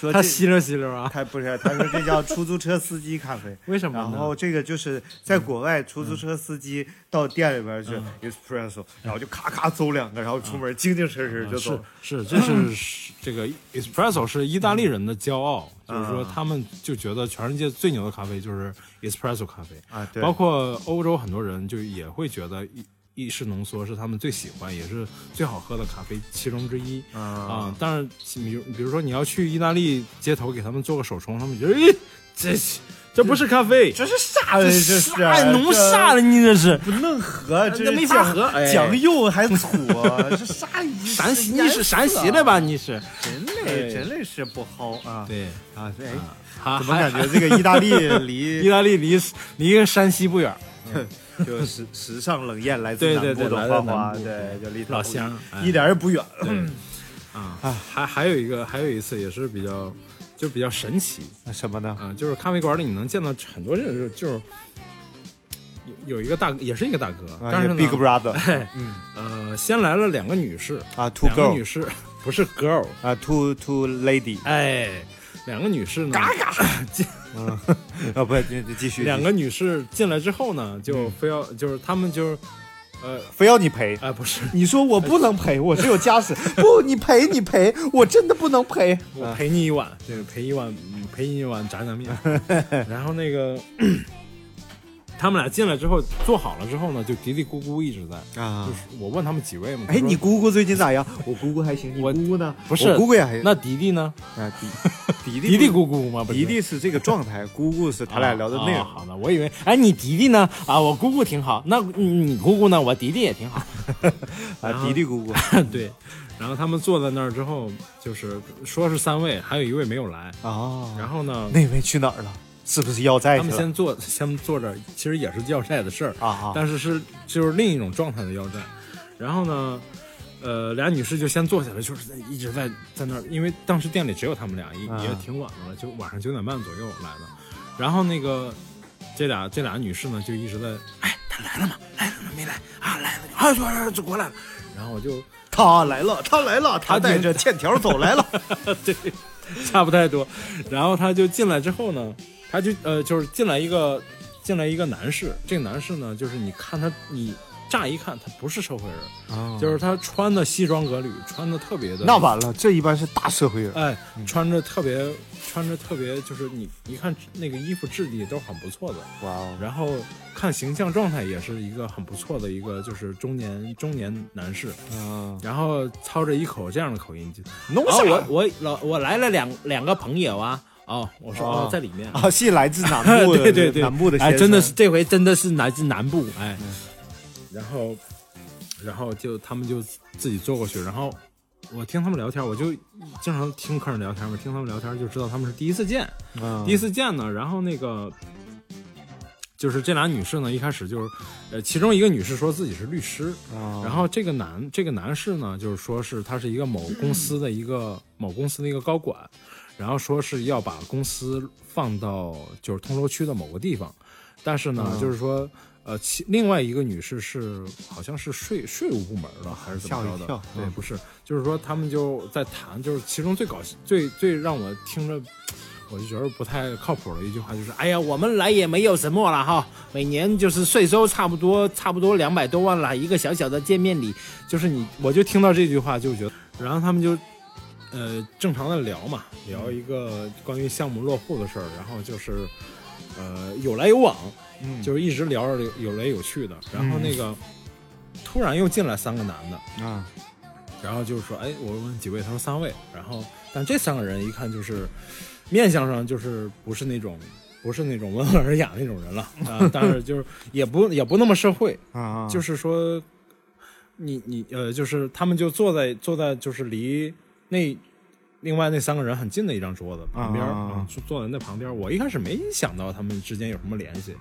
说他这吸溜吸溜啊？，他不是他说这叫出租车司机咖啡为什么呢嗯然后这个就是在国外，出租车司机到店里边去 espresso，然后就咔咔走两个，然后出门精精神神就走嗯是。是，这 是这个 espresso 是意大利人的骄傲，就是嗯说他们就觉得全世界最牛的咖啡就是 espresso 咖啡啊对包括欧洲很多人就也会觉得意意式浓缩是他们最喜欢也是最好喝的咖啡其中之一啊啊。但是比如比如说你要去意大利街头给他们做个手冲，他们觉得诶这这不是咖啡，这是啥呀？哎这是啊啥浓啥了？你这是不能喝，这那没法喝哎讲究还土，这啥意 思？陕西你是陕西的吧？你是人类人类是不好啊。对，啊，哎对，啊怎么还感觉这个意大利离 意大利离离山西不远，就时时尚冷艳来自对南对部对来的自花南花，部对，就离他老不乡哎一点儿也不远。啊，还还有一个，还有一次也是比较，就比较神奇什么呢？啊，就是咖啡馆里你能见到很多这种，就是有有一个大，也是一个大哥，啊但是呢，也 Big Brother 哎呃，先来了两个女士，啊，Two 两个 Girl 女士不是 girl，啊，Two Two Lady 哎，两个女士呢，嘎嘎，啊，不，你你继续，两继个女士进来之后呢，嗯就非要就是他们就是，呃，续非要你赔。哎，不是，你说我不能赔，我只有家 室。不，你赔你赔，我真的不能赔。我陪你一碗，对，陪一碗，嗯陪你一碗炸酱 面。然后那个，他们俩进来之后，做好了之后呢，就嘀嘀咕咕一直在。啊就，是我问他们几位嘛，哎，就说你姑姑最近咋样？我姑姑还行，你我姑姑呢？不是我姑姑也 还那迪迪呢？ 啊，迪迪迪迪啊迪迪咕咕吗？不是迪迪是这个状态，姑姑是他俩聊的内哦容。好的，我以为哎，你迪迪呢？啊，我姑姑挺好。那嗯你姑姑呢？我迪迪也挺好。 啊，迪迪姑姑，对，然后他们坐在那儿之后，就是说是三位，还有一位没有来。啊，然后呢，那位去哪儿了？是不是要债他去们了？先坐，先坐这儿，其实也是要债的事儿。啊啊但是是就是另一种状态的腰带。然后呢，呃，俩女士就先坐下来，就是在哎一直在在那儿，因为当时店里只有他们俩，也、啊也挺晚的了，就晚上九点半左右来的。然后那个这俩这俩女士呢，就一直在，哎，她来了吗？来了吗？没来啊，来了，啊，就就就过来了。然后我 就他来了，他来了，他带着欠条走来了。 对，差不太多。然后他就进来之后呢，他就呃，就是进来一个进来一个男士，这个男士呢，就是你看他，你乍一看他不是社会人，嗯哦就是他穿的西装革履，穿的特别的那完了，这一般是大社会人。哎，穿着特别穿着特别，就是你一看那个衣服质地都很不错的，哇哦，然后看形象状态也是一个很不错的一个，就是中年中年男士，嗯，然后操着一口这样的口音就。弄啊，啥我我老我来了两两个朋友啊，哦，我说哦哦在里面，啊，是来自南部 的，对对对，南部的先哎，生，真的是这回真的是来自南部，哎，然后然后就他们就自己坐过去，然后我听他们聊天，我就经常听客人聊天嘛，听他们聊天就知道他们是第一次见，嗯第一次见呢，然后那个就是这俩女士呢，一开始就是，呃，其中一个女士说自己是律师，然后这个男这个男士呢，就是说是他是一个某公司的一个某公司的一个高管，然后说是要把公司放到就是通州区的某个地方，但是呢，嗯就是说。呃，其另外一个女士是好像是税税务部门的，还是怎么吓我着一的？跳对，嗯不是，就是说他们就在谈，就是其中最搞笑、最最让我听着我就觉得不太靠谱的一句话就是，哎呀，我们来也没有什么了哈，每年就是税收差不多差不多两百多万了，一个小小的见面礼，就是你，我就听到这句话就觉得，然后他们就，呃，正常的聊嘛，聊一个关于项目落户的事儿，然后就是，呃，有来有往，嗯就是一直聊着有来有去的，然后那个、突然又进来三个男的，啊，然后就是说，哎，我问几位，他说三位。然后，但这三个人一看就是面相上就是不是那种不是那种温文尔雅那种人了啊、但是就是也不也不那么社会，啊啊，就是是说你你呃，就是他们就坐在坐在就是离那另外那三个人很近的一张桌子旁边啊啊啊啊，就坐在那旁边。我一开始没想到他们之间有什么联系，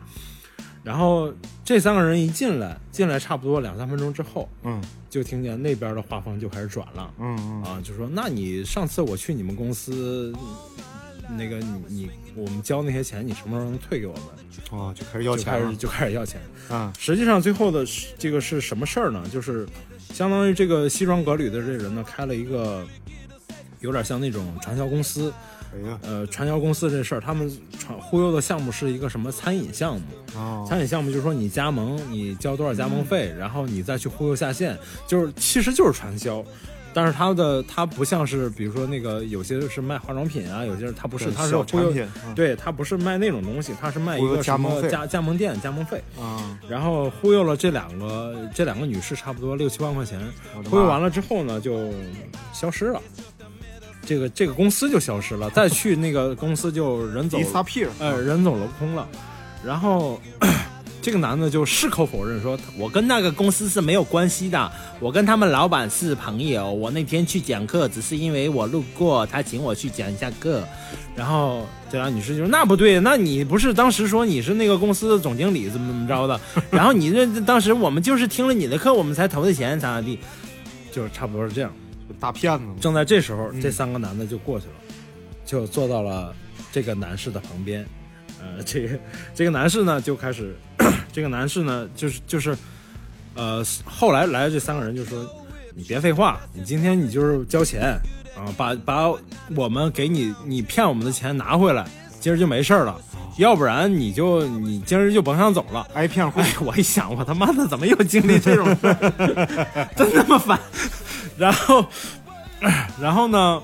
然后这三个人一进来，进来差不多两三分钟之后，嗯就听见那边的画风就开始转了。嗯啊，就说那你上次我去你们公司，那个你你我们交那些钱，你什么时候能退给我们？嗯，哦，就开始要就钱开始了就开始要钱。啊，实际上最后的是这个是什么事儿呢？就是相当于这个西装革履的这人呢，开了一个有点像那种传销公司。哎呀，呃，传销公司这事儿，他们传忽悠的项目是一个什么餐饮项目？哦，嗯餐饮项目就是说你加盟，你交多少加盟费，然后你再去忽悠下线，就是其实就是传销。但是它的它不像是，比如说那个有些是卖化妆品啊，有些是它不是，对它是小忽悠产，品，嗯对，它不是卖那种东西，它是卖一忽个悠加什盟么费加加盟店加盟费，啊，然后忽悠了这两个这两个女士差不多六七万块钱，我的忽悠完了，了之后呢，就消失了，这个这个公司就消失了，再去那个公司就人走一擦屁股，呃，人走楼空了。然后这个男的就矢口否认说，我跟那个公司是没有关系的，我跟他们老板是朋友。我那天去讲课，只是因为我路过，他请我去讲一下课。然后这俩女士就说：“那不对，那你不是当时说你是那个公司的总经理，怎么怎么着的？然后你这这当时我们就是听了你的课，我们才投的钱，咋咋地，就是差不多是这样。”大骗子嘛，正在这时候，嗯这三个男的就过去了，就坐到了这个男士的旁边。呃，这个这个男士呢就开始， 这个男士呢就是就是，呃，后来来的这三个人就说：“你别废话，你今天你就是交钱啊、把把我们给你你骗我们的钱拿回来，今儿就没事儿了，要不然你就你今儿就甭想走了。”挨骗会哎，我一想，我他妈的怎么又经历这种事儿， 真他妈烦。然后， 然后呢，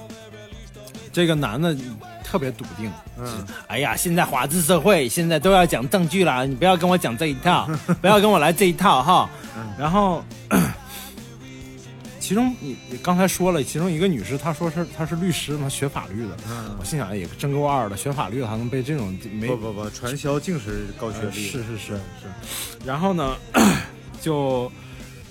这个男的特别笃定，嗯，哎呀，现在法治社会，现在都要讲证据啦，你不要跟我讲这一套，不要跟我来这一套 哈。嗯然后，其中你你刚才说了，其中一个女士她说是她是律师嘛，学法律的，嗯 我心想也哎真够二的，学法律的还能被这种没不不不，传销竟哎是高学呃历，是是是是。然后呢， 就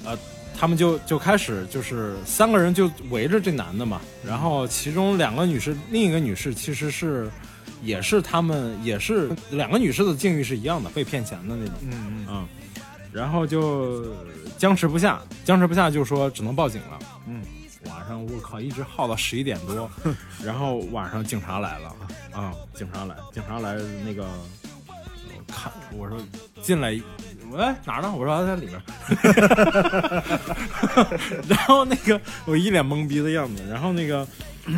呃，他们就就开始就是三个人就围着这男的嘛，然后其中两个女士，另一个女士其实是。也是他们，也是两个女士的境遇是一样的，被骗钱的那种，嗯嗯，然后就僵持不下，僵持不下就说只能报警了，嗯，晚上我靠一直耗到十一点 多，然后晚上警察来了，啊、警察来，警察来那个我看我说进来，喂哪儿呢？我说啊他在 里面，然后那个我一脸懵逼的样子，然后那个。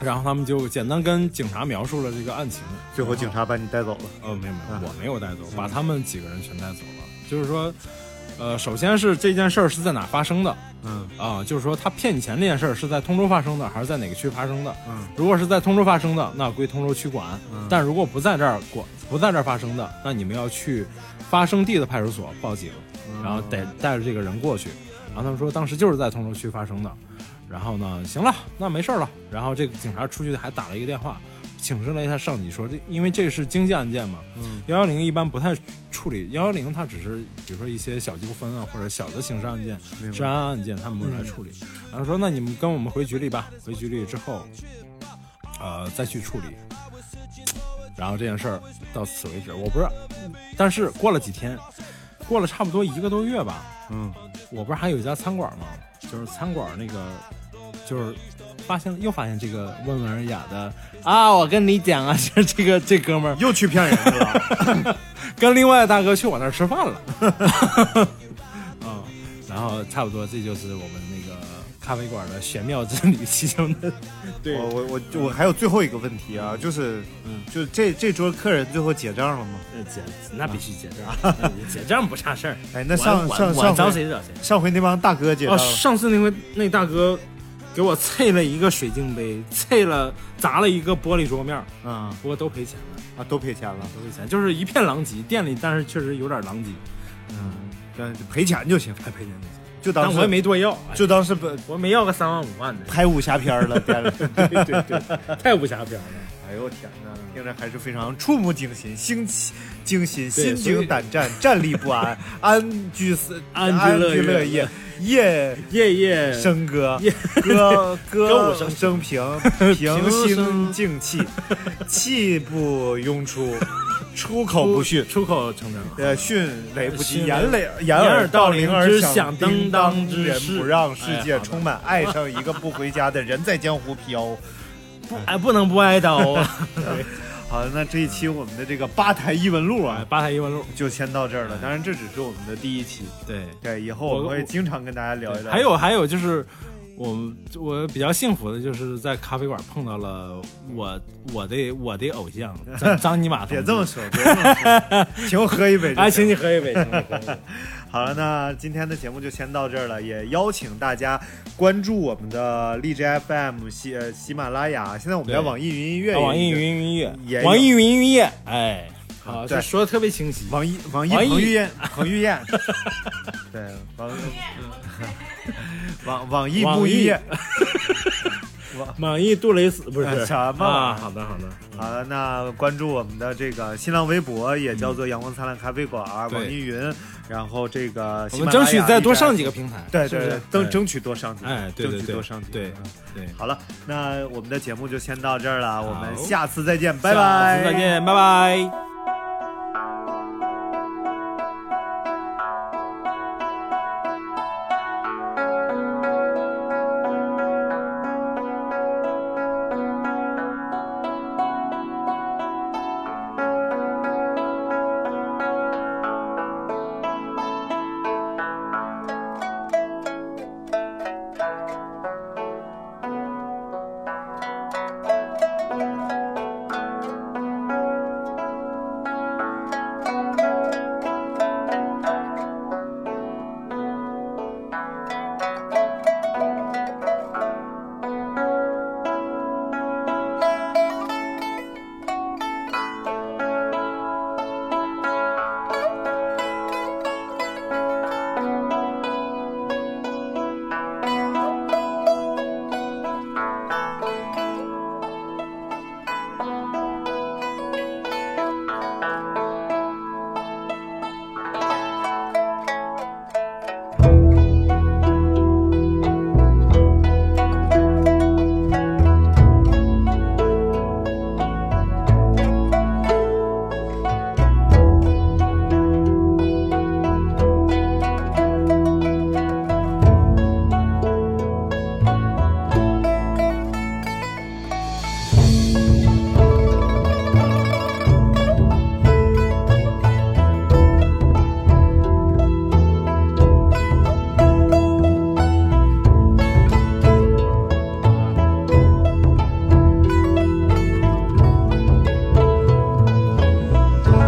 然后他们就简单跟警察描述了这个案情，嗯，最后警察把你带走了，呃，没有没啊有，我没有带走，把他们几个人全带走了。就是说，呃，首先是这件事儿是在哪发生的嗯啊、就是说他骗你钱这件事儿是在通州发生的，还是在哪个区发生的？嗯如果是在通州发生的，那归通州区管；嗯但如果不在这儿管，不在这儿发生的，那你们要去发生地的派出所报警，嗯然后得带着这个人过去。然后他们说当时就是在通州区发生的，然后呢，行了，那没事儿了。然后这个警察出去还打了一个电话，请示了一下上级，说这因为这是经济案件嘛，嗯幺幺零一般不太处理，幺幺零它只是比如说一些小纠纷啊，或者小的刑事案件、治安案件，他们会来处理。然后说那你们跟我们回局里吧，回局里之后，呃，再去处理。然后这件事儿到此为止，我不是，但是过了几天，过了差不多一个多月吧，嗯，我不是还有一家餐馆吗？就是餐馆那个，就是发现又发现这个温文尔雅的啊，我跟你讲啊，这这个这哥们儿又去骗人去 了，跟另外的大哥去我那儿吃 饭了，嗯，然后差不多这就是我们那个咖啡馆的玄妙之旅其中的，对我我我我还有最后一个问题啊，就是，就是这这桌客人最后结账了吗？那结那必须结账，那必须 结账不差事儿。哎，啊那上我上我我上找回谁找谁。上回那帮大哥结哦，账了，上次那回那大哥给我碎了一个水晶杯，碎了砸了一个玻璃桌面儿，嗯不过都赔钱了，啊，都赔钱了，都赔钱，就是一片狼藉。店里但是确实有点狼藉，嗯，但赔钱就行，还赔钱就行就当但是我也没多要，哎就当是不，我没要个三万五万的 拍武侠片儿了，店里。 对对对，太武侠片了。 哎呦我天哪，听着还是非常触目惊心，心起惊心，对心所惊以胆 战，站立不安，安居死安居安乐居业乐业，夜夜夜笙歌夜，歌歌 歌舞升升平，平平心生静气，气不涌出，出口不逊。出口成章。呃，迅雷不及迅雷掩雷掩掩耳耳盗盗铃铃而之响响叮叮当当之人势不让世哎界好的充满爱上一个不回家的人在江湖飘。哎，不能不挨刀啊！ 好，那这一期我们的这个吧台异闻录哎啊，八台一万路，就先到这儿了。当然，这只是我们的第一期，对，对，以后我们我会经常跟大家聊一聊。还啊有还有就是。我我比较幸福的就是在咖啡馆碰到了我我的我的偶 像张张尼玛同志别这么说，别这么 说，请我喝一杯就行。哎，请你喝一杯，请你喝一杯。好了，那今天的节目就先到这儿了，也邀请大家关注我们的荔枝 FM、喜呃喜马拉雅，现在我们在对啊网易云音乐也有、网易云音也乐，有网易云音乐，哎，好，对这说的特别清晰。网易网易网易彭于 晏彭于晏，对网 网网易网不易易。 网易杜蕾斯不哎是什么玩啊？意儿好的好的，好了，那关注我们的这个新浪微博，也叫做“阳光灿烂咖啡馆”、对网易云，然后这个我喜们马拉雅争取再多上几个，个平台，对是对不对是，争争取多上几个，哎，对对争取对，多上几个。对嗯对，好了，那我们的节目就先到这儿了，我们好下次再见，拜拜拜，拜，再见，拜拜。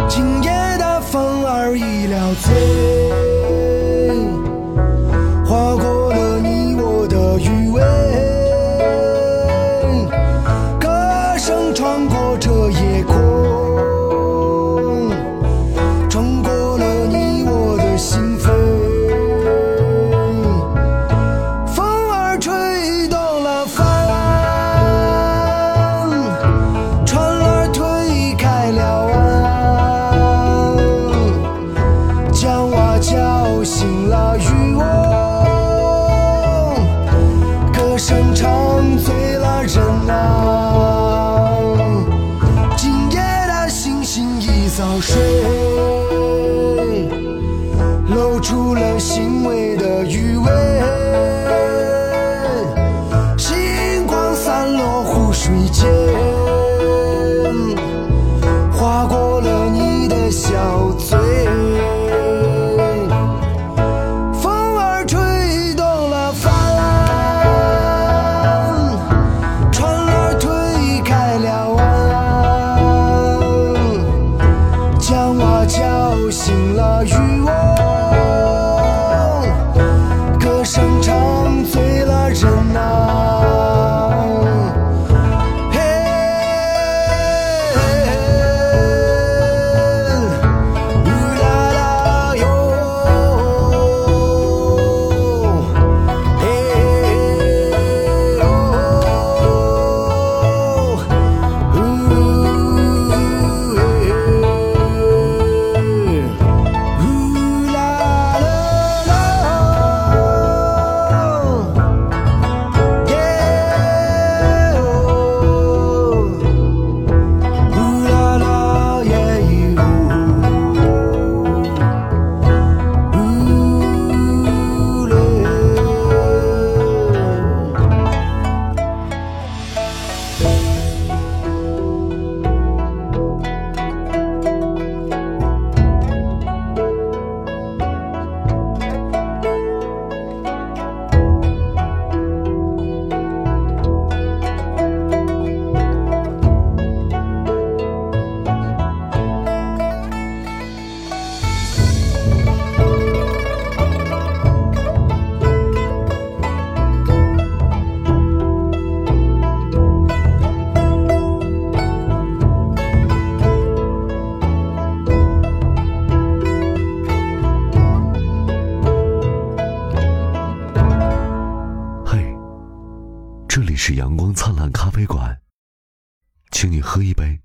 今夜的风儿已了醉，划过了你我的余味。歌声穿过这夜空，穿过了你我的心扉。风儿吹动了帆。穿是阳光灿烂咖啡馆，请你喝一杯，